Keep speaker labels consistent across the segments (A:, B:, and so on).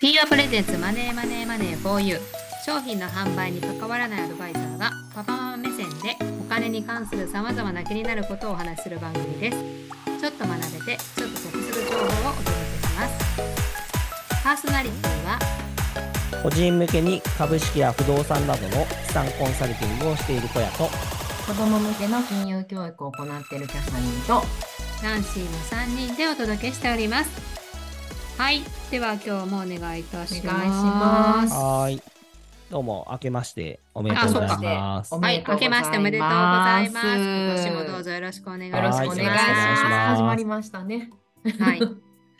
A: ピーラプレゼンツマネーマネーマネー 4U 商品の販売に関わらないアドバイザーがパパママ目線でお金に関するさまざまな気になることをお話しする番組ですちょっと学べてちょっと得する情報をお届けしますパーソナリティは
B: 個人向けに株式や不動産などの資産コンサルティングをしている小屋と
C: 子供向けの金融教育を行っているキャサリンと
A: ナンシーの3人でお届けしておりますはいでは今日もお願いいたします
C: お願いします
B: はーいどうも明けましておめでとうございます
C: あそうか
A: はい、
C: お
A: 明け
C: めでとうございます
A: ましておめでとうございます。今年もどうぞよろしくお願いします。
B: はい
C: よろしくお
B: よ
C: 願
B: ろ
C: いし
B: くお願いし
C: ます
B: ます
C: 始まりましたね
A: はい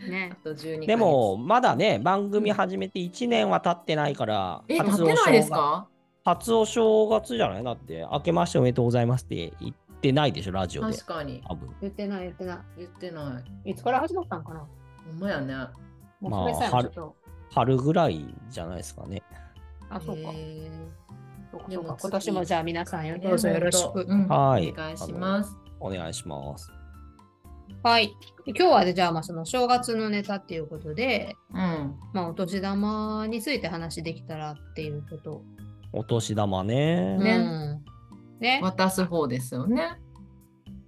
C: あ
A: ね、
C: と12ヶ月
B: でもまだね番組始めて1年は経ってないから
C: えなっ
B: 初
C: て
B: お
C: ないで
B: 正
C: す
B: 月
C: か
B: 初お正月じゃないだって明けましておめでとうございますって言ってないでしょラジオで
C: 確かに
B: 多分
A: 言ってない言ってな
C: 言ってない
A: い。いつから始まったんかな。
C: ほんまやね
B: まあ春春ぐらいじゃないですかね
A: あ、そうか。
C: へ
A: そうか
C: で
A: そう
C: も
A: か
C: 次
A: 今年もじゃあ皆さん
C: ー
A: よどうぞよろし
C: ね
A: く。
C: 本当うん
B: はい
C: お願いします
B: お願いします
A: はい。今日はねじゃあまあその正月のネタっていうことで、
C: うん
A: まあお年玉について話できたらっていうこと。
B: お年玉ね、
C: ね
A: うんね。
C: 渡す方ですよね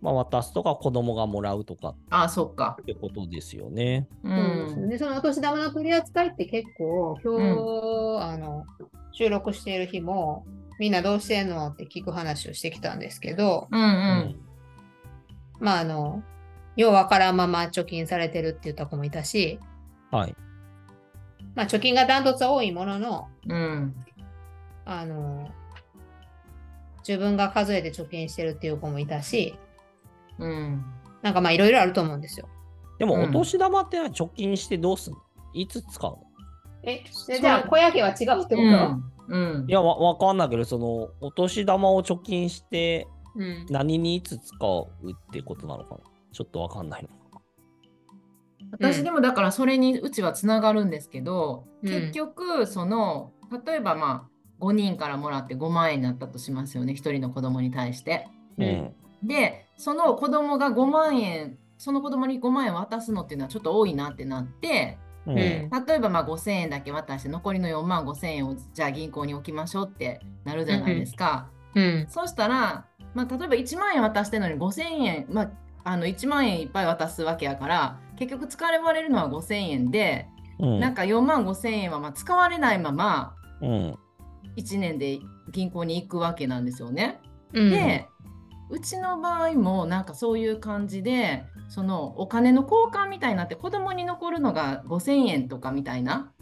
B: まあ渡すとか子供がもらうとか
C: あそっか
B: ってことですよね
C: う
A: そうです
C: ん
A: ね、そのお年玉の取り扱いって結構今日、あの収録している日もみんなどうしてんのって聞く話をしてきたんですけど、
C: うんう
B: うん
A: まああのようわからんまま貯金されてるって言った子もいたし、
B: はい
A: まあ、貯金がダントツは多いものの
C: うん
A: あの自分が数えて貯金してるっていう子もいたし
C: うん
A: なんかまあいろいろあると思うんですよ。
B: でも
C: う
B: お
C: ん
B: 年玉ってのは貯金してどうすんのいつ使うの
A: え
C: そう
A: じゃあ小焼けは違うってこと、
C: うんうん
B: いやわわかんないけどそのお年玉を貯金して
A: うん
B: 何にいつ使うってことなのかなちょっとわかんないな
C: 私
A: うん
C: でもだからそれにうちはつながるんですけど、
A: うん
C: 結局その例えばまあ5人からもらって5万円になったとしますよね1人の子供に対して。
A: うん
C: でその子供が5万円その子供に5万円渡すのっていうのはちょっと多いなってなって
B: うん
A: う
B: うん
A: ん
C: 例えばまあ5,000円だけ渡して残りの4万5,000円をじゃあ銀行に置きましょうってなるじゃないですか。
A: うん
C: そうしたら、まあ、例えば1万円渡してるのに5,000円、まあ、あの1万円いっぱい渡すわけやから結局使われるのは5,000円で
B: うん
C: なんか4万5,000円はまあ使われないまま
B: うん
C: 1年で銀行に行くわけなんですよね。
A: うん
C: でうちの場合もなんかそういう感じでそのお金の交換みたいになって子供に残るのが5,000円とかみたいな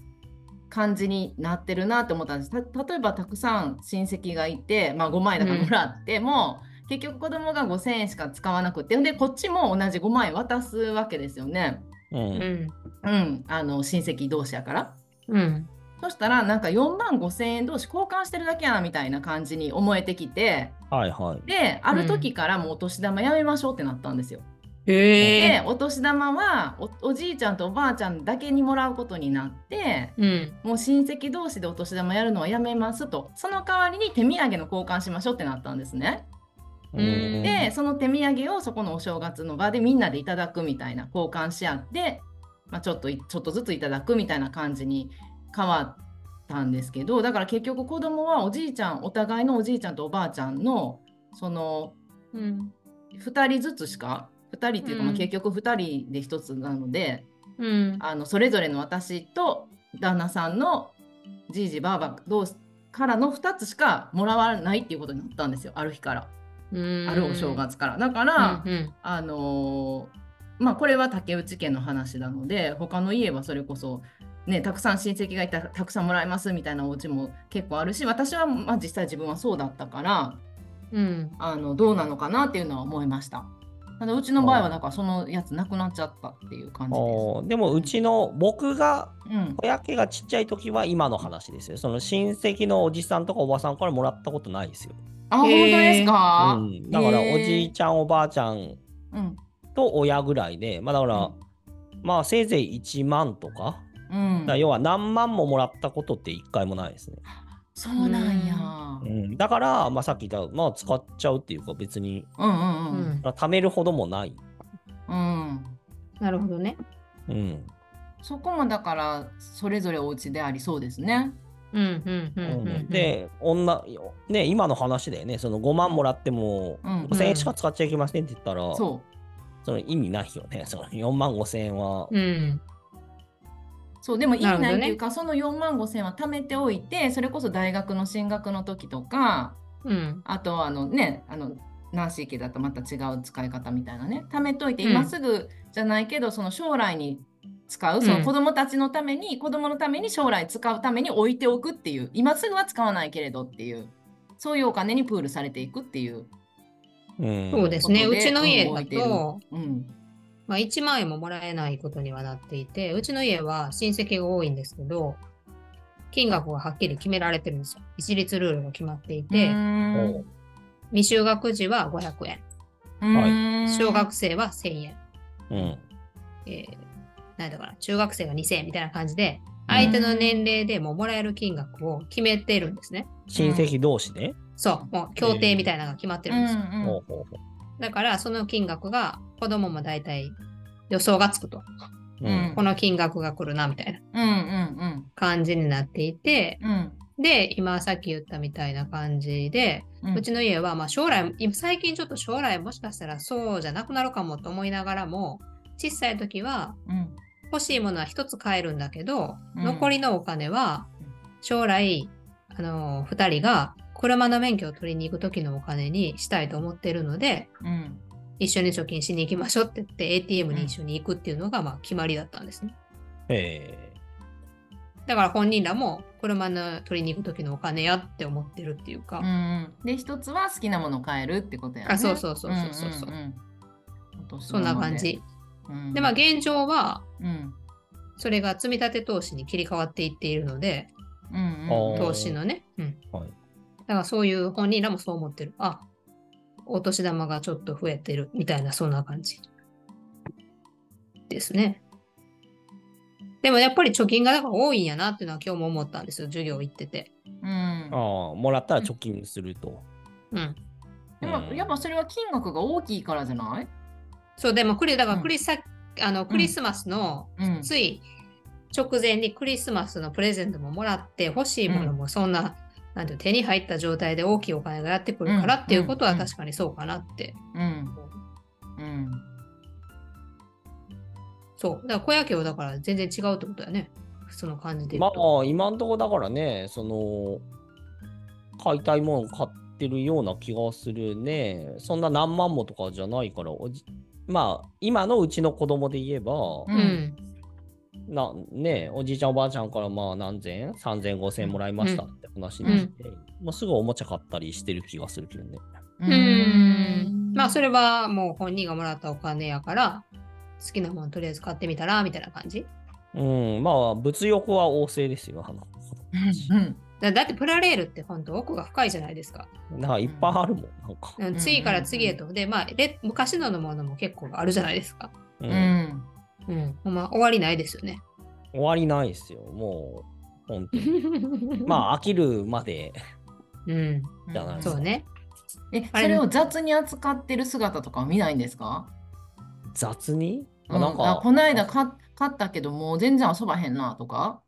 C: 感じになってるなって思ったんですた例えばたくさん親戚がいて、まあ、5万円だからもらっても、結局子供が5,000円しか使わなくてでこっちも同じ5万円渡すわけですよね、
B: う
A: うんん
C: うん、あの親戚同士やから。
A: うん
C: そしたらなんか4万5,000円同士交換してるだけやなみたいな感じに思えてきて。
B: はいはい
C: である時からもうお年玉やめましょうってなったんですよ。
A: へ
C: でお年玉はおおじいちゃんとおばあちゃんだけにもらうことになって
A: うん
C: もう親戚同士でお年玉やるのはやめますとその代わりに手土産の交換しましょうってなったんですね。
A: うん
C: でその手土産をそこのお正月の場でみんなでいただくみたいな交換し合って、まあ、ちょっといちょっとずついただくみたいな感じに変わったんですけどだから結局子供はおじいちゃんお互いのおじいちゃんとおばあちゃんのその
A: うん
C: 2人ずつしか2人っていうか、まあ
A: うん
C: 結局2人で1つなので、
A: うん
C: あのそれぞれの私と旦那さんのじいじばあば同士からの2つしかもらわないっていうことになったんですよある日から、
A: あ
C: あるお正月からだから、
A: うん
C: あのーまあこれは竹内家の話なので他の家はそれこそ。ね、たくさん親戚がいたらたくさんもらいますみたいなお家も結構あるし私は、まあ、実際自分はそうだったから
A: うん
C: あのどうなのかなっていうのは思いました。ただうちの場合はだからそのやつなくなっちゃったっていう感じです。
B: おーでもうちの僕が
C: うん、
B: 小焼けがちっちゃい時は今の話ですよその親戚のおじさんとかおばさんからもらったことないですよ、
C: あ、本当ですか。
B: うん、だからおじいちゃんおばあちゃん
C: うん、
B: と親ぐらいでまあだから、
C: うん
B: まあせいぜい1万とか
C: うん
B: だから要は何万ももらったことって一回もないですね、
C: そうなんや。
B: うんだから、まあ、さっき言った、まあ、使っちゃうっていうか別に
C: うんう
A: う
C: んうん
A: ん
B: まあ貯めるほどもない、
C: うん。
A: なるほどね。
B: うん、
C: そこもだからそれぞれお家でありそうですね。
A: うんうんうんうんうん、
B: で、女、ね、今の話だよね、その5万もらっても、
C: うん
B: 5000円しか使っちゃいけませんって言ったら、そ
C: そう
B: の意味ないよね、その4万5000円は。
A: うん、
C: そうでもいい
A: な
C: な
A: るほどね
C: いっていうか、その4万5千は貯めておいてそれこそ大学の進学の時とか
A: うん、
C: あとはあのねあのナンシー家だとまた違う使い方みたいなね貯めといて、
A: うん
C: 今すぐじゃないけどその将来に使
A: う
C: う
A: ん
C: その子供たちのために、子供のために将来使うために置いておくっていう今すぐは使わないけれどっていうそういうお金にプールされていくっていう、
B: うん
A: そうですね。
C: とい
A: う
C: うことで
A: ちの家だ
C: うん覚えてる
A: と、
C: うん、
A: まあ、1万円ももらえないことにはなっていて、うちの家は親戚が多いんですけど、金額がはっきり決められてるんですよ。一律ルールが決まっていうて、
C: ーん
B: おう
A: 未就学児は500円、
C: うーん
A: 小学生は1000円、
B: うん
A: えー、なんだから中学生が2000円みたいな感じで、相手の年齢でもうもらえる金額を決めてるんですね。
B: 親戚同士で、
A: そう、もう協定みたいなのが決まってるんですよ。
C: うんうん
B: ほうほうほ
A: だからその金額が子供も大体予想がつくと、
B: う
C: うん
A: この金額が来るなみたいな
C: うんうん
A: 感じになっていて、
C: うんうん
A: で、今さっき言ったみたいな感じで、
C: うん
A: うちの家はまあ将来、今最近ちょっと将来もしかしたらそうじゃなくなるかもと思いながらも、小さい時は
C: うん
A: 欲しいものは一つ買えるんだけど、
C: うん
A: 残りのお金は
C: うん
A: 将来、あの2人が車の免許を取りに行く時のお金にしたいと思ってるので、
C: うん
A: 一緒に貯金しに行きましょうって言って、ATM に一緒に行くっていうのがまあ決まりだったんですね。
B: う。え
A: だから本人らも車の取りに行く時のお金やって思ってるっていうか、
C: うんうんで一つは好きなものを買えるってことやね。
A: あそうそうそうそうそうそうん
C: んうん
A: そんな感。じ。
C: お年玉で
A: でまあ、現状は
C: うん
A: それが積み立て投資に切り替わっていっているので
C: うん
B: おー
A: 投資のね、うん
B: はい
A: だからそういう本人らもそう思ってるあお年玉がちょっと増えてるみたいなそんな感じですねでもやっぱり貯金がだから多いんやなっていうのは今日も思ったんですよ授業行ってて、
C: う
B: ー、
C: ん
B: ああ、もらったら貯金すると。
A: うん、
C: でもやっぱそれは金額が大きいからじゃない？
A: そうでもクリだから
C: うん
A: クリス,、あのクリスマスの
C: うん
A: つい直前にクリスマスのプレゼントももらって欲しいものもそんな,、なんていうの手に入った状態で大きいお金がやってくるから
C: うん
A: っていうことは
C: うん
A: 確かにそうかなって、
C: うんうん
A: そうだから小屋家はだから全然違うってことだよね普通の感じで言
B: ま
A: うと、
B: あ、今んとこだからね、その、買いたいもの買ってるような気がするね。そんな何万もとかじゃないから、おじまあ、今のうちの子供で言えば、
C: あ
A: うん
B: なねおじいちゃんおばあちゃんからまあ何千三千五千もらいましたって話にして、もうすぐおもちゃ買ったりしてる気がするけどね。
C: う
A: うんまあそれはもう本人がもらったお金やから好きなものとりあえず買ってみたらみたいな感じ
B: うん、まあ物欲は旺盛ですよ。あの
C: うん
A: だだってプラレールって本当奥が深いじゃないですか
B: なんかいっぱいあるもん、なんか。
A: うん
C: うん
A: 次から次へと、でまあレ昔ののものも結構あるじゃないですか、
B: う
C: うんん
A: うんほんま終わりないですよね
B: 終わりないですよ、もう。本当 にまあ飽きるまで。
A: うん
C: うん
B: じゃないです
A: そうね
C: え
A: あ
C: そ
A: れ
C: れを雑に扱ってる姿とかは見ないんですか？
B: 雑に、
C: う
B: なんか、
C: あこの間買買ったけどもう全然遊ばへんなとか。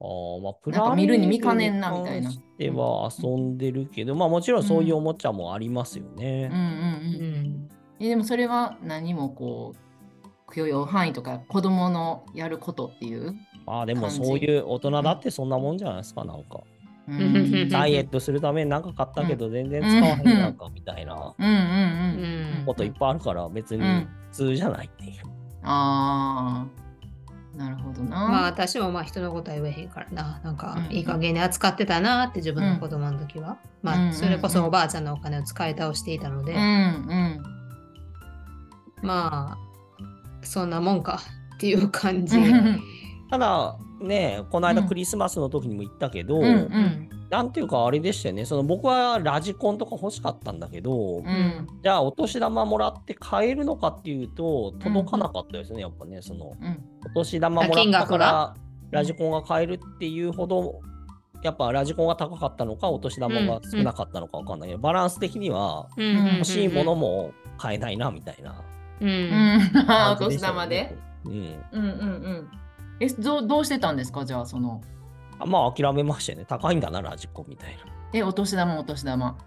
B: あーまあ、プ
C: なんか見るに見かねんなみたいな
B: では遊んでるけど、まあもちろんそういうおもちゃもありますよね
C: うん。うん
A: う
C: うん。
A: ん
C: えでもそれは何もこう許容範囲とか子供のやることっていう。
B: まあでも
C: 感じ
B: そういう大人だってそんなもんじゃないですか、なんか。
C: うん
A: うんうんうん
B: ダイエットするために何か買ったけど全然使わへんやんかみたいな
C: うん
A: う
C: うんうん。
A: ん
B: こといっぱいあるから別に
C: うん
B: 普通じゃないっていう。
C: ああ、なるほどな。
A: まあ私もまあ人のことは言えへんからななん
C: う
A: か
C: んうん
A: いい加減に扱ってたなって自分の子供の時は、
C: うん
A: ま
C: うんう
A: あ
C: ん
A: それこそおばあちゃんのお金を使い倒していたので、
C: うん
A: まあそんなもんかっていう感じ、
C: うん
B: ただねこの間
C: うん
B: クリスマスの時にも言ったけど、
C: うん。うんうん
B: なんていうかあれでしたよねその僕はラジコンとか欲しかったんだけど、
C: うん
B: じゃあお年玉もらって買えるのかっていうと届かなかったですねやっぱねその
C: うん
B: お年玉もら
A: 金
B: った
A: 額
B: から
A: が
B: ラジコンが買えるっていうほどやっぱラジコンが高かったのかお年玉が少なかったのかわかんないけど、バランス的には
A: うんうんうんうん
B: 欲しいものも買えないなみたいな
A: うん
C: うん。お
B: 感じ
C: 年
B: したよ
C: 玉
B: ね
C: で。
B: うん。
C: うんうんうん。え、どうどうしてたんですかじゃあその。
B: あまあ諦めましてね。高いんだな、ラジコみたいな。
C: え、お年玉お年玉。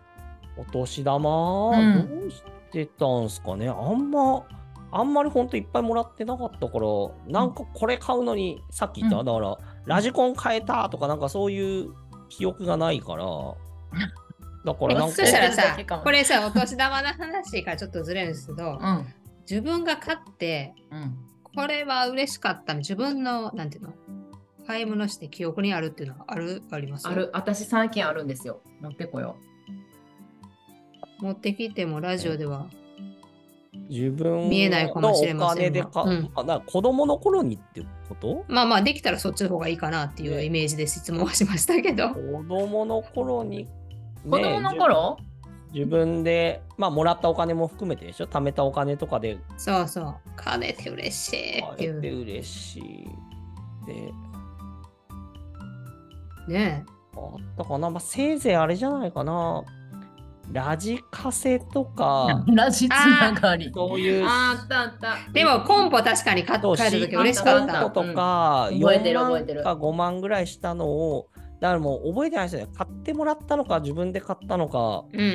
B: お年玉、
C: うん
B: どうしてたんすかねあんま、あんまりほんといっぱいもらってなかったから、なんかこれ買うのに、さっき言った、
C: うん
B: だから、ラジコン変えたとか、なんかそういう記憶がないから、だからなんか、
A: そしたら
C: お年玉
A: さ
C: だけかも
A: これさお年玉の話からちょっとずれるんですけど
C: うん
A: 自分が勝って
C: うん。
A: これは嬉しかった自分のなんていうの買い物して記憶にあるっていうのはあるあります
C: ある私最近あるんですよ。持ってこよ
A: 持ってきてもラジオでは
B: 自分
A: 見えないかもしれませんが
B: のお金
A: う
B: で
A: ん
B: か、あだから子供の頃にってこと
A: まあまあできたらそっちの方がいいかなっていう
B: ね
A: イメージで質問はしましたけど
B: 子供の頃に、ね
C: う。子供の頃？
B: 自自分で、まあ、もらったお金も含めてでしょ貯めたお金とかで
A: そうそう金って嬉しいって
B: 買
A: い
B: えて
A: う
B: 嬉しいで
A: ね
B: あったかな、まあ、せいぜいあれじゃないかなラジカセとか
C: ラジつながり。
B: そういう
C: あーあったあった。
A: でもコンポ確かに買っ
B: そう
A: 帰る時
B: CD
A: 嬉しかっ
B: コ
A: た
B: ンポとか、
C: うん覚え
B: 4
C: てる覚え
B: 万
C: てる
B: か5万ぐらいしたのをだからもう覚えてないですよね買ってもらったのか自分で買ったのか
A: うんうん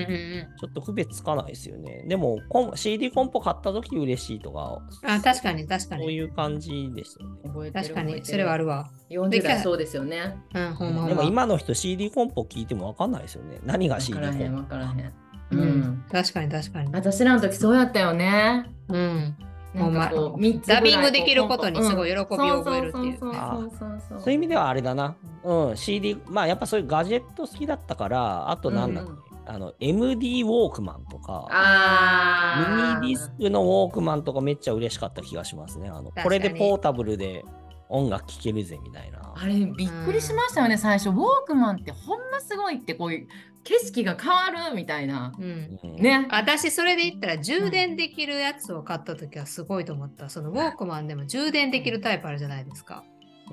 A: う
B: ちょっと区別つかないですよね。でもコン CD コンポ買った時嬉しいとか、
A: んあ確かに確か
B: そう
A: に
B: いう感じでしたよね。
C: 覚えてる
A: 確かにそれはあ。るわ
C: 40代そうですよね。
A: うんほんまほんま
B: でも今の人 CD コンポ聞いても分かんないですよね。何が
C: わ
B: CD
C: か
B: コ
C: らへん
B: ン
C: わからへん。
A: う
C: うんん。、
A: 確かに確かに。
C: 私らの時そうやったよね。
A: うん、
C: なんか
A: ほんま
C: こう三つぐ
A: ダ
C: らい
A: ビングできることにすごい喜
C: い
A: びを覚えるっていう。
C: そう
B: あ
C: そうそうそう
B: ポ。
C: そ
B: そういう意味ではあれだな。うん、CD、まあやっぱそういうガジェット好きだったから、あとなんだっけ、
C: うん
B: あの MD ウォークマンとか、
C: ああ。
B: ミニディスクのウォークマンとかめっちゃ嬉しかった気がしますね。あの
A: かに
B: これでポータブルで音楽聴けるぜみたいな。
C: あれびっくりしましたよね、最初ウォークマンってほんますごいってこういう景色が変わるみたいな、
A: うん、
B: うん
C: ね
A: 私それで言ったら充電できるやつを買った時はすごいと思った。そのウォークマンでも充電できるタイプあるじゃないですか。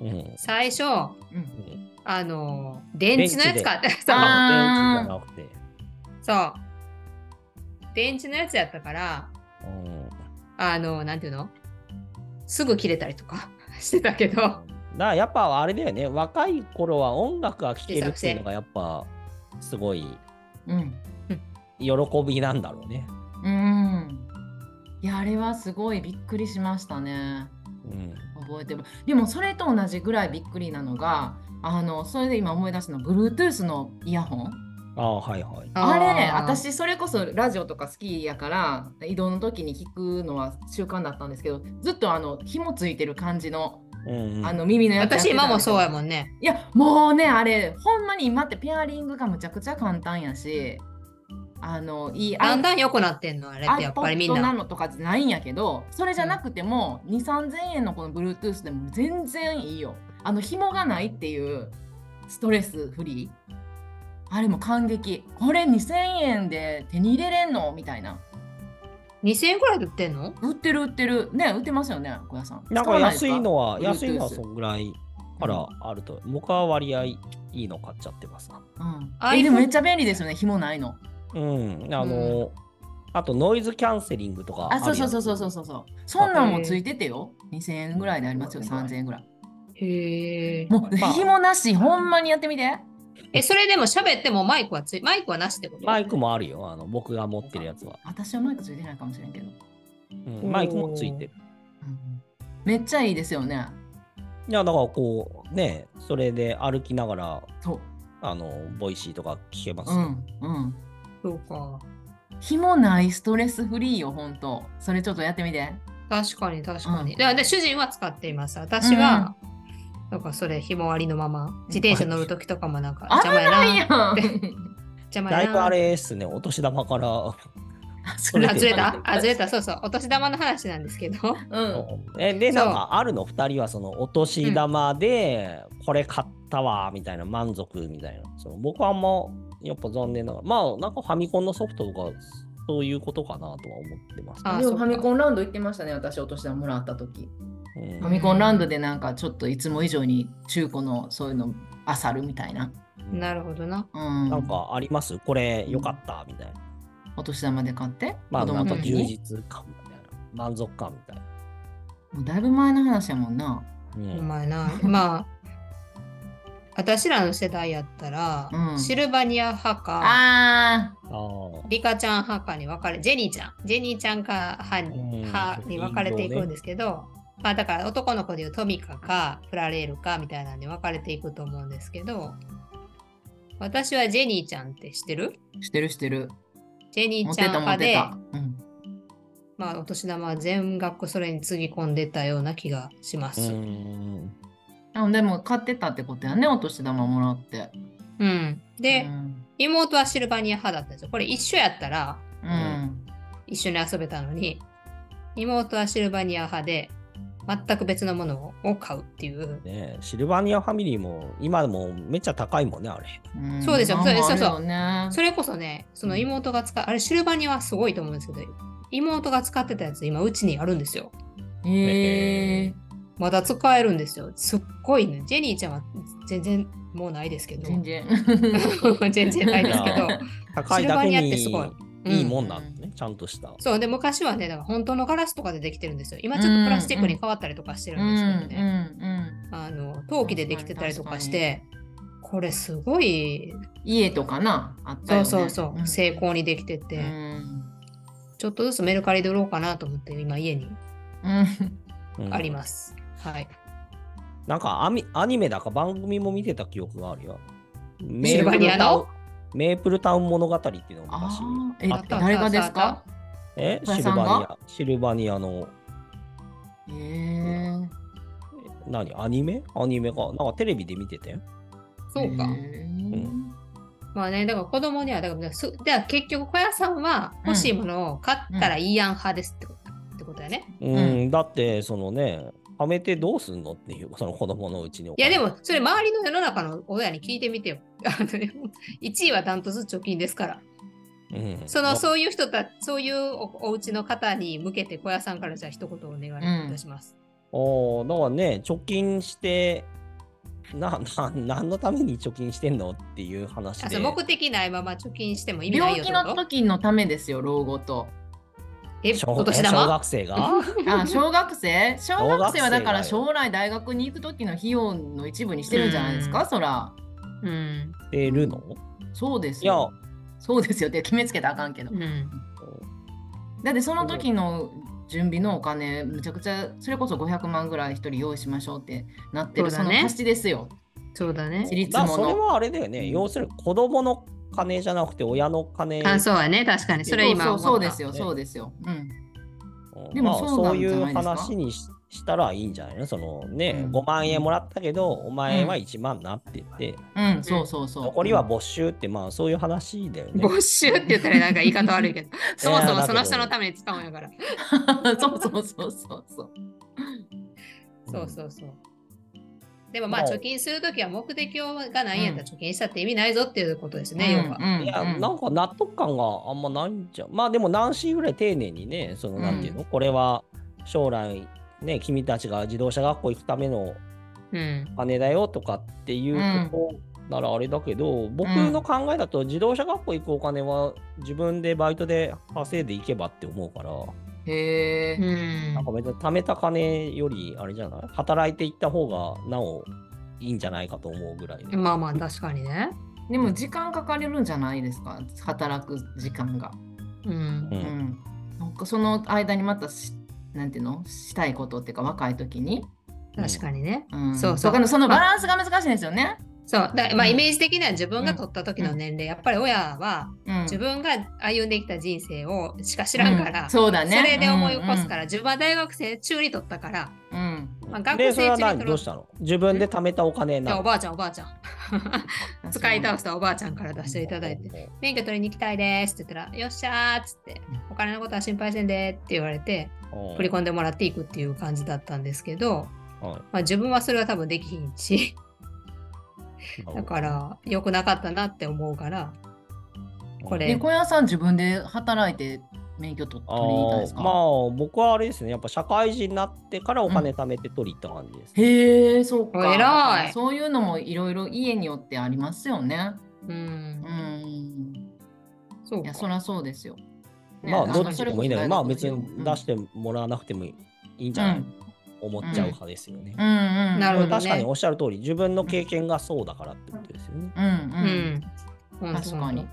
B: うん
A: 最初
C: うん
A: あの電池のやつ買ってそう
C: あ
B: まあ電池じゃなくて。
A: そう電池のやつやったから
B: うん
A: あのなんていうのすぐ切れたりとか してたけど
B: だからやっぱあれだよね若い頃は音楽が聴けるっていうのがやっぱすごい
C: うん
B: 喜びなんだろうね。
C: うんいやあれはすごいびっくりしましたね
B: うん、
C: 覚えてるでもそれと同じぐらいびっくりなのがあのそれで今思い出すの Bluetooth のイヤホン
B: ああはいはい。
C: あれ
A: ー
C: 私それこそラジオとか好きやから移動の時に聞くのは習慣だったんですけどずっとあの紐ついてる感じの
B: うんうん、
C: あの耳のやつやっ
A: 私
C: てたんですよ
A: 今もそうやもんね。
C: いやもうねあれほんまに今ってペアリングがむちゃくちゃ簡単やしあのいい
A: だんだん良くなってんのあれってやっぱりみん
C: iPod
A: な。
C: なのとかじゃないんやけどそれじゃなくても2 3 0 0 0円のこの Bluetooth でも全然いいよあの紐がないっていうストレスフリーあれも感激これ2000円で手に入れれんのみたいな
A: 2000円くらいで売ってんの
C: 売ってる売ってるね売ってますよね小屋さん
B: なんか安いのは
C: 使わないです
B: 安
C: か
B: いのはそんぐらいからあると、僕は割合いいの買っちゃってますな。
C: 使わないですか、うん、
A: iPhone
C: えでもめっちゃ便利ですよね紐ないの
B: うん、あの、あとノイズキャンセリングとか
C: あ、そう
B: るや
C: そ
B: ん
C: うそうそうそうそうそう。そんなんもついててよ。2000円ぐらいでありますよ。3000円ぐらい。
A: へえ。
C: もう、
B: まあ
C: 紐なし、ほんまにやってみて。
A: え、それでも喋ってもマイクはつい、マイクはなしってこと
B: マイクもあるよあの僕が持ってるやつは、
C: 私はマイクついてないかもしれんけど。
B: うんマイクもついてる。
C: うんめっちゃいいですよね。
B: いやだからこうねそれで歩きながら
C: そう。
B: あのボイシーとか聞けます
C: う
B: よ。
C: ん。うん。
A: そうか。
C: 紐ないストレスフリーよ、ほんと。それちょっとやってみて。
A: 確かに確かに。
C: うん
A: でで、主人は使っています。私は、なんかそれ、ひもありのまま、自転車乗るときとかもなんか、
C: 危
A: 邪魔やな。
C: ない
A: 邪
C: やん。
A: 魔
B: だい
A: や
B: ぶあ
A: な。
B: れですね、お年玉から。
C: そ
B: ぶ
C: れ
B: れ
A: あ、
B: てる
A: ずれたあ、ずれた。そうそう。お年玉の話なんですけ ど。
C: うん。
B: えで、
A: そ
B: な
A: うん
B: かあるの、2人はそのお年玉で、これ買ったわみたいな、満足みたいな。その僕はあんま、やっぱ残念ながら、まあ、なんかファミコンのソフトとか、そういうことかなとは思ってます、
A: あ
C: で
A: そ
C: も
A: う
C: フ
A: か
C: ァミコンランド行ってましたね、私、お年玉もらった時
B: うん
C: ファミコンランドでなんか、ちょっといつも以上に中古のそういうのあさるみたいな。
A: なるほどな。
C: うん。
B: なんかありますこれよかったみたいな。
C: お年玉で買って、
B: まあ、
C: 子
B: な
C: 供
B: ん
C: の
B: か
C: 時
B: 充
C: に。
B: 実感みたいな。満足感みたいな。
C: もうだいぶ前の話やもんな。
B: うん
A: お前なまあ私らの世代やったら、
C: うん
A: シルバニア派か
C: あ
B: あー
A: リカちゃん派かに分かれジェニーちゃんジェニーちゃんか派に,、
B: うん
A: 派に分かれていくんですけど、まあ、だから男の子でいうトミカかプラレールかみたいなんで分かれていくと思うんですけど私はジェニーちゃんって知ってる
C: あ、してるしてる。
A: ジェニ
C: 持
A: ー
C: っ
A: ちゃ
C: て
A: ん
C: た持っ
A: 派
C: て
A: で、
C: た。うん。
A: まあ、お年玉は全額それにつぎ込んでたような気がしま
B: う
A: す。うん。
B: ん
C: あでも買ってたってことやね、お年玉もらって。
A: で、
C: うん。
A: 妹はシルバニア派だったんですよ。これ一緒やったら
C: うん
A: 一緒に遊べたのに、妹はシルバニア派で、全く別のものを買うっていう。
B: ねえシルバニアファミリーも今もめっちゃ高いもんね、あれ。
C: うん
A: そうでしょ
C: まあまあ
A: そうそうそう
C: あるよね
A: それこそね、その妹が使う、あれシルバニアはすごいと思うんですけど、妹が使ってたやつ今うちにあるんですよ。
C: へえ。
A: まだ使えるんですよ。すっごいね。ジェニーちゃんは全然もうないですけど。
C: 全然。
A: 全然ないですけ ど。
B: 高
A: シ
B: いだけ
A: ルバニアってす
B: に
A: ごいうん
B: いいもんなんね、ちゃんとした。
A: そうで昔はねだから本当のガラスとかでできてるんですよ今ちょっとプラスチックに変わったりとかして
C: う
A: る
C: んうん
A: ですけどね、
C: ん
A: あの陶器でできてたりとかしてこれすごい
C: うん。家とかな、あった
A: そ
C: よ
A: う
C: ね。
A: そうそう、
C: ん
A: 成功にできてて、
C: うん
A: ちょっとずつメルカリで売ろうかなと思って今家に
C: うん。
B: うん
A: あります、はい
B: なんかアミアニメだか番組も見てた記憶があるよ。メ
A: シルバニアの
B: ウンメープルタウン物語っていうのが
C: あ
B: 昔
C: あ、え
B: あった
C: 誰がですか？
B: え
C: お母
B: シル
C: さん
B: バニ
C: が
B: アシルバニアの
C: へえ。
B: 何アニメアニメかなんかテレビで見てて
A: そうか、
C: うん。
A: まあねだから子供にはだからすだから結局小屋さんは欲しいものを買ったらいいやん派ですってこと,、ってことだね
B: うん、
C: う
B: だってそのねはめてどうすんのっていう その子供のうちに
A: いやでもそれ周りの世の中の親に聞いてみてよ1位はダントツ貯金ですから
B: うん
A: その
B: ま
A: そういう人たそういうおお家の方に向けて小屋さんからじゃあ一言お願いいたします。
B: おーだからね貯金してな な何のために貯金してんのっていう話
A: あ
B: で
A: そう目的ないまま貯金しても意味ない
C: 病
A: よって
C: 気
A: こ
C: の
A: と
C: 時のためですよ、老後と。
A: え
B: 小
A: お年
B: 小
A: 玉
B: 学生が
C: あ、小学生小
B: 学生
C: 学生はだか
B: だ
C: ら
B: よ
C: 将来大学に行く時の費用の一部にしてるんじゃないです
A: う
C: か、
A: ん
C: そら。
A: うん、
B: してるの
C: そうです
B: いや
C: よ。そうですよって決めつけたらあかんけど
A: う。ん、
C: だってその時の準備のお金、むちゃくちゃ、それこそ500万ぐらい一人用意しましょうってなってる、
A: そ
C: そう
A: だ
C: の
A: ね
C: 貸しですよ。
A: そうだね
C: 自。立
B: だから
C: も
B: それ
C: の。
B: はあれだよね、
C: うん
B: 要するに子供の金じゃなくて親の金
A: あそうやね確かにそれ今
C: そうそうそうです
A: よ。
C: よ、
B: ね
C: そうですよ。うん。
B: うん
C: でも
B: まあ
C: そうなんじゃない
B: そう
C: ですか
B: いう話にししたらいいんじゃないのそのね、
C: うん
B: 5万円もらったけどお前は1万なって言って、
C: うん、そうそうそう。
B: 残りは没収ってまあそういう話だよね。
A: 没収って言ったらなんか言い方悪いけどそもそもその人の
B: め
A: ために使うんやから。
C: そうそうそうそうそう。
A: そうそうそう。でもまあ
B: まあ
A: 貯金するときは目的がないんやったら貯金したって意味ないぞっていうことですね、要は。
C: うんうん
B: いや
C: うん
B: なんか納得感があんまないんじゃまあでも何シーンぐらい丁寧にねその
C: うん
B: なんていうの、これは将来ね君たちが自動車学校行くための
A: うん
B: 金だよとかっていうことならあれだけど、僕の考えだと自動車学校行くお金は自分でバイトで稼いでいけばって思うから、
C: へえ。
A: うん
B: なんか別に貯めた金よりあれじゃない働いていった方がなおいいんじゃないかと思うぐらいで。
A: まあまあ確かにね。
C: でも時間かかれるんじゃないですか働く時間が、
A: うん
B: う
C: うんん、なんかその間にまたしなんていうのしたいことっていうか若い時に、
A: 確かにね。
C: うん、
A: そうそう
C: だからその
A: まあ
C: バランスが難しいんですよね、
A: そうだまあ
C: うん
A: イメージ的には自分が取った時の年齢、やっぱり親は
C: うん、
A: 自分が歩んできた人生をしか知らんから、
C: うん
A: そ
C: そうだね
A: れで思い起こすから、、自分は大学生中に取ったから、
C: うんうん
A: まあ、
B: で
A: 学生
B: それは
A: 中
B: 何
A: に取
B: ど
A: ろ
B: うしたの自分で貯めたお金
A: じゃ
B: な
A: あお
B: の
A: ばあちゃんおばあちゃん
C: うん
A: 使い倒したおばあちゃんから出していただいて
B: て。
A: 免許取りに行きたいですって言ったらよっしゃーっつってお金のことは心配せんでって言われて
B: うん
A: 振り込んでもらっていくっていう感じだったんですけど、
B: は
A: まあ、自分はそれは多分できひんし
B: い
A: だから良くなかったなって思うからこれ
C: で小屋さん自分で働いて免許取っ
B: あ
C: 取りに行ったんです
B: ー
C: か、
B: まあ僕はあれですねやっぱ社会人になってからお金貯めて取り行った感じです、
C: へえそう
A: お
C: か
A: 偉い
C: そういうのもいろいろ家によってありますよね
A: うん
C: うん
A: そう
C: いや
A: か
C: そりゃそうですよ、ね
B: まあ
C: なん
B: ど
C: か
B: っちで
C: それこ
B: も
C: そ
B: いいんだけど
C: 大学
B: まあ
C: の
B: 別
C: 費用
B: に出してもらわなくてもいいんじゃない、
C: うん
B: 思っちゃう派ですよね。
C: うんうん
A: なるほどね
B: 確かにおっしゃる通り自分の経験がそうだからってことですよね。
C: うん
A: う
C: うん、
A: ん。本当
C: 確かに。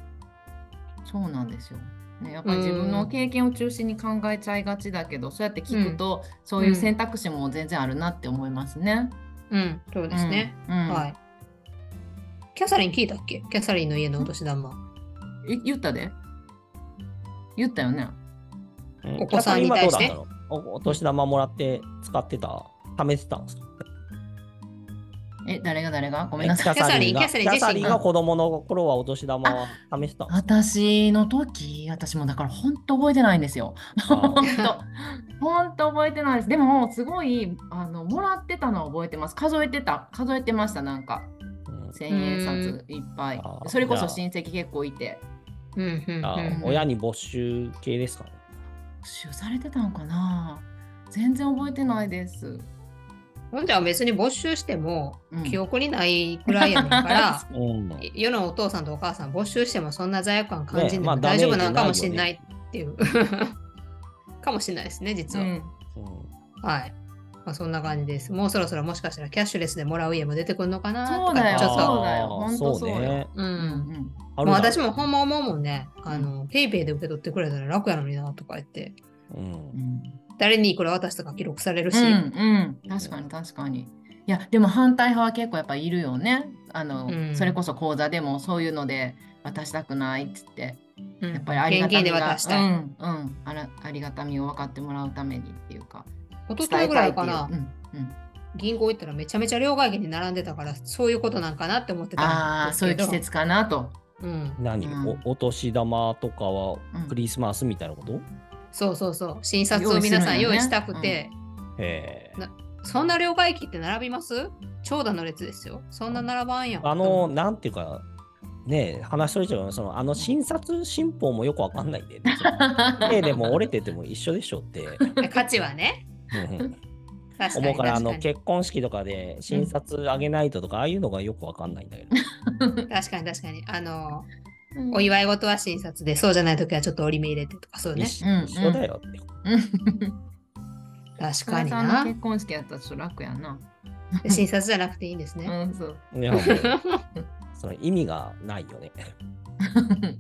C: そうなんですよ、ね、やっぱり自分の経験を中心に考えちゃいがちだけどそうやって聞くと、そういう選択肢も全然あるなって思いますね。
A: うん、そうですね。
C: うん、うん
A: はい。キャサリン聞いたっけキャサリンの家のお年玉。
C: え言ったで言ったよね。
A: お子さんに対して
B: キャサリンはどうだったのおお年玉もらって使ってた貯めてたんですか
C: え誰が誰がごめんなさい。
A: キャサリン
B: キャサリンが
A: キ
B: キ
A: ャサ
B: ャサ
A: リン自身
B: リン
A: が
B: が子供の頃はお年玉は貯めてたんですか
C: 私の時私もだから本当覚えてないんですよ。
B: あ
C: 本 当本当覚えてないです。でもすごいあのもらってたのは覚えてます。数えてた数えてましたなんか
B: うん
C: 千円札いっぱい
B: あ。ー
C: それこそ
B: じ
C: 親戚結構いて。
A: うんうんうん
B: あ
A: うん。
B: 親に没収系ですかね。
C: 使用されてたんかな。全然覚えてないです。
A: ほんじゃ別に没収しても
C: うん
A: 記憶にないくらいやねん から、
B: うん
A: 世のお父さんとお母さん没収してもそんな罪悪感感じんで
B: ねまあ
A: も大丈夫なのかもしれないっていう。 かもしれないですね、実は。
C: うん
A: はい。まあ、そんな感じです。もうそろそろもしかしたらキャッシュレスでもらう家も出てくるのかなと
C: そう
A: か
C: だよ
A: ちょっと。
C: そうだよ
B: あー
C: 本当そうよ
B: ね。
A: う
C: うん
A: ん
C: うん。
B: あ
A: もう
B: るだろ
A: 私もほんま思うもんね。あの、ペイペイで受け取ってくれたら楽やのになとか言って、
B: うん
C: うん
A: 誰にいくら渡したか記録されるし、
C: うんうん、確かに確かに。いやでも反対派は結構やっぱいるよね。あの、
A: うん
C: それこそ講座でもそういうので渡したくないっつって
A: うん
C: やっぱりありが
A: 現金
C: たみ
A: で
C: が
A: 渡したい。
C: うんうん、あらありがたみを分かってもらうためにっていうか
A: 一昨日ぐらいかな、
C: 伝えたいっていううんうん、
A: 銀行行ったらめちゃめちゃ両替機に並んでたから、そういうことなんかなって思ってた
C: あ
A: ん
C: あ
A: です
C: そうい
A: け
C: う
A: ど。
C: 季節かなと。
A: うん。
B: 何、
C: うん
B: おお年玉とかは
C: うん
B: クリスマスみたいなこと、
A: そうそうそう。診察を皆さん用
C: 用
A: 意
C: 意
A: し
C: するん
A: た
C: やね
A: くて、
B: へえ
A: なそんな両替機って並びます長蛇の列ですよ。そんな並ばんやん。
B: あの、なんていうかねえ話しとれちゃうけどそのあの診察新法もよくわかんないんで 絵でも折れてても一緒でしょって
A: うん価値はね。
B: うんうん
A: 確かに
B: 思うからあ
A: 確
B: の
A: かに
B: 結婚式とかで診察あげないととか、ああいうのがよくわかんないんだけど
A: 確かに確かに。あの、
C: う ん
A: お祝い事は診察で、そうじゃないときはちょっと折り目入れてとか、そうね。
B: 一
C: うんうん
B: 一緒だよって、
C: うん
A: 確
C: 加
A: か
C: 賀
A: に
C: さんの
A: な。
C: 結婚式やったらちょっと楽やな。
A: 診察じゃなくていいんですね。
C: うんそう。
B: いやもう その意味がないよね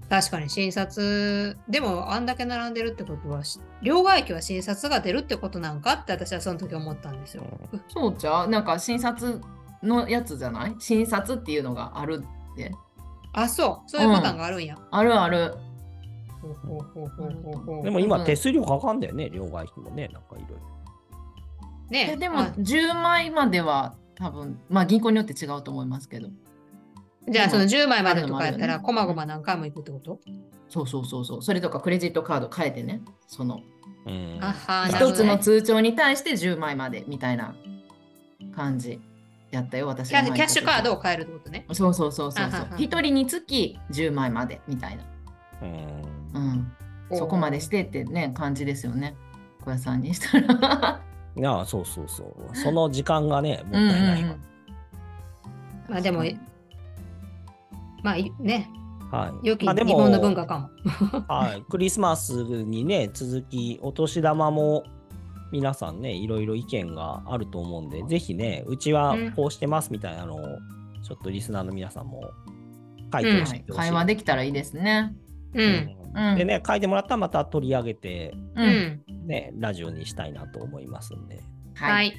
A: 確かに診察、でもあんだけ並んでるってことは、し両替機は診察が出るってことなんかって私はその時思ったんですよ。
C: そうちゃうなんか診察のやつじゃない診察っていうのがあるって。
A: あ、そう、そういうパターンがあるんや。
C: あるある。
A: ほうほうほうほうほうほう
B: でも今手数料かかんだよね両替費もねなんかいろいろ
A: ね
C: えでも
A: あ
C: 10枚までは多分まあ銀行によって違うと思いますけど
A: じゃあその
C: で
A: 10枚までとかやった
C: あるのもあるよ
A: ら、
C: ね
A: こまごま何回も行くってこと
C: そうそうそうそうそれとかクレジットカード変えてねその
B: うん
A: あはーなる
C: 一
A: ほ
C: つ
A: どね
C: の通帳に対して10枚までみたいな感じやったよ私
A: キャキャッシュカード
C: を
A: を変えるってことね。
C: そうそうそうそう
A: あ
C: そ
A: は
C: う
A: は。
C: 一人につき10枚までみたいな
B: うん
C: うんそこまでしててってね感じですよね小屋さんにし たら
B: いやそうそうそうその時間がねもっ
C: う
B: た
C: ん
B: い
C: うん
A: ま
B: ないか
C: うん
A: あでもまあいね、
B: ら、はい
A: 良き
B: まあ
A: 日
B: でも
A: 本の文化かも。
B: はい、クリスマスにね続きお年玉も皆さんねいろいろ意見があると思うんでぜひねうちはこうしてますみたいなのをちょっとリスナーの皆さんも書いてほ
C: は
B: しい
C: い会話できたらいいですね
A: う。
B: うんんでね書いてもらったらまた取り上げて
C: う
A: うんん。
B: ねラジオにしたいなと思いますんで
A: は
C: はい
A: い。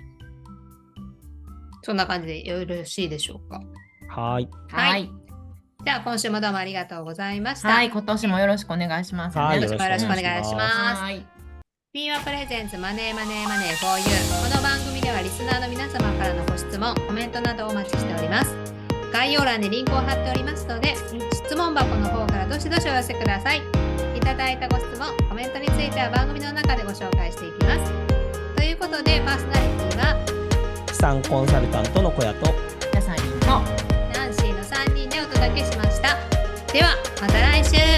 A: そんな感じでよろしいでしょうか。
B: はい
C: はい
A: じゃあ今週もどうもありがとうございました。
C: はい、今年もよろしくお願いしますね。
B: はい
A: よろしくお願いします。
C: はい
A: ピーワプレゼンツマネーマネーマネー 4U この番組ではリスナーの皆様からのご質問コメントなどをお待ちしております概要欄にリンクを貼っておりますので質問箱の方からどしどしお寄せくださいいただいたご質問コメントについては番組の中でご紹介していきますということでパーソナリティは
B: 資産コンサルタントの小屋と
C: 皆さんにも
A: ナンシーの3人でお届けしましたではまた来週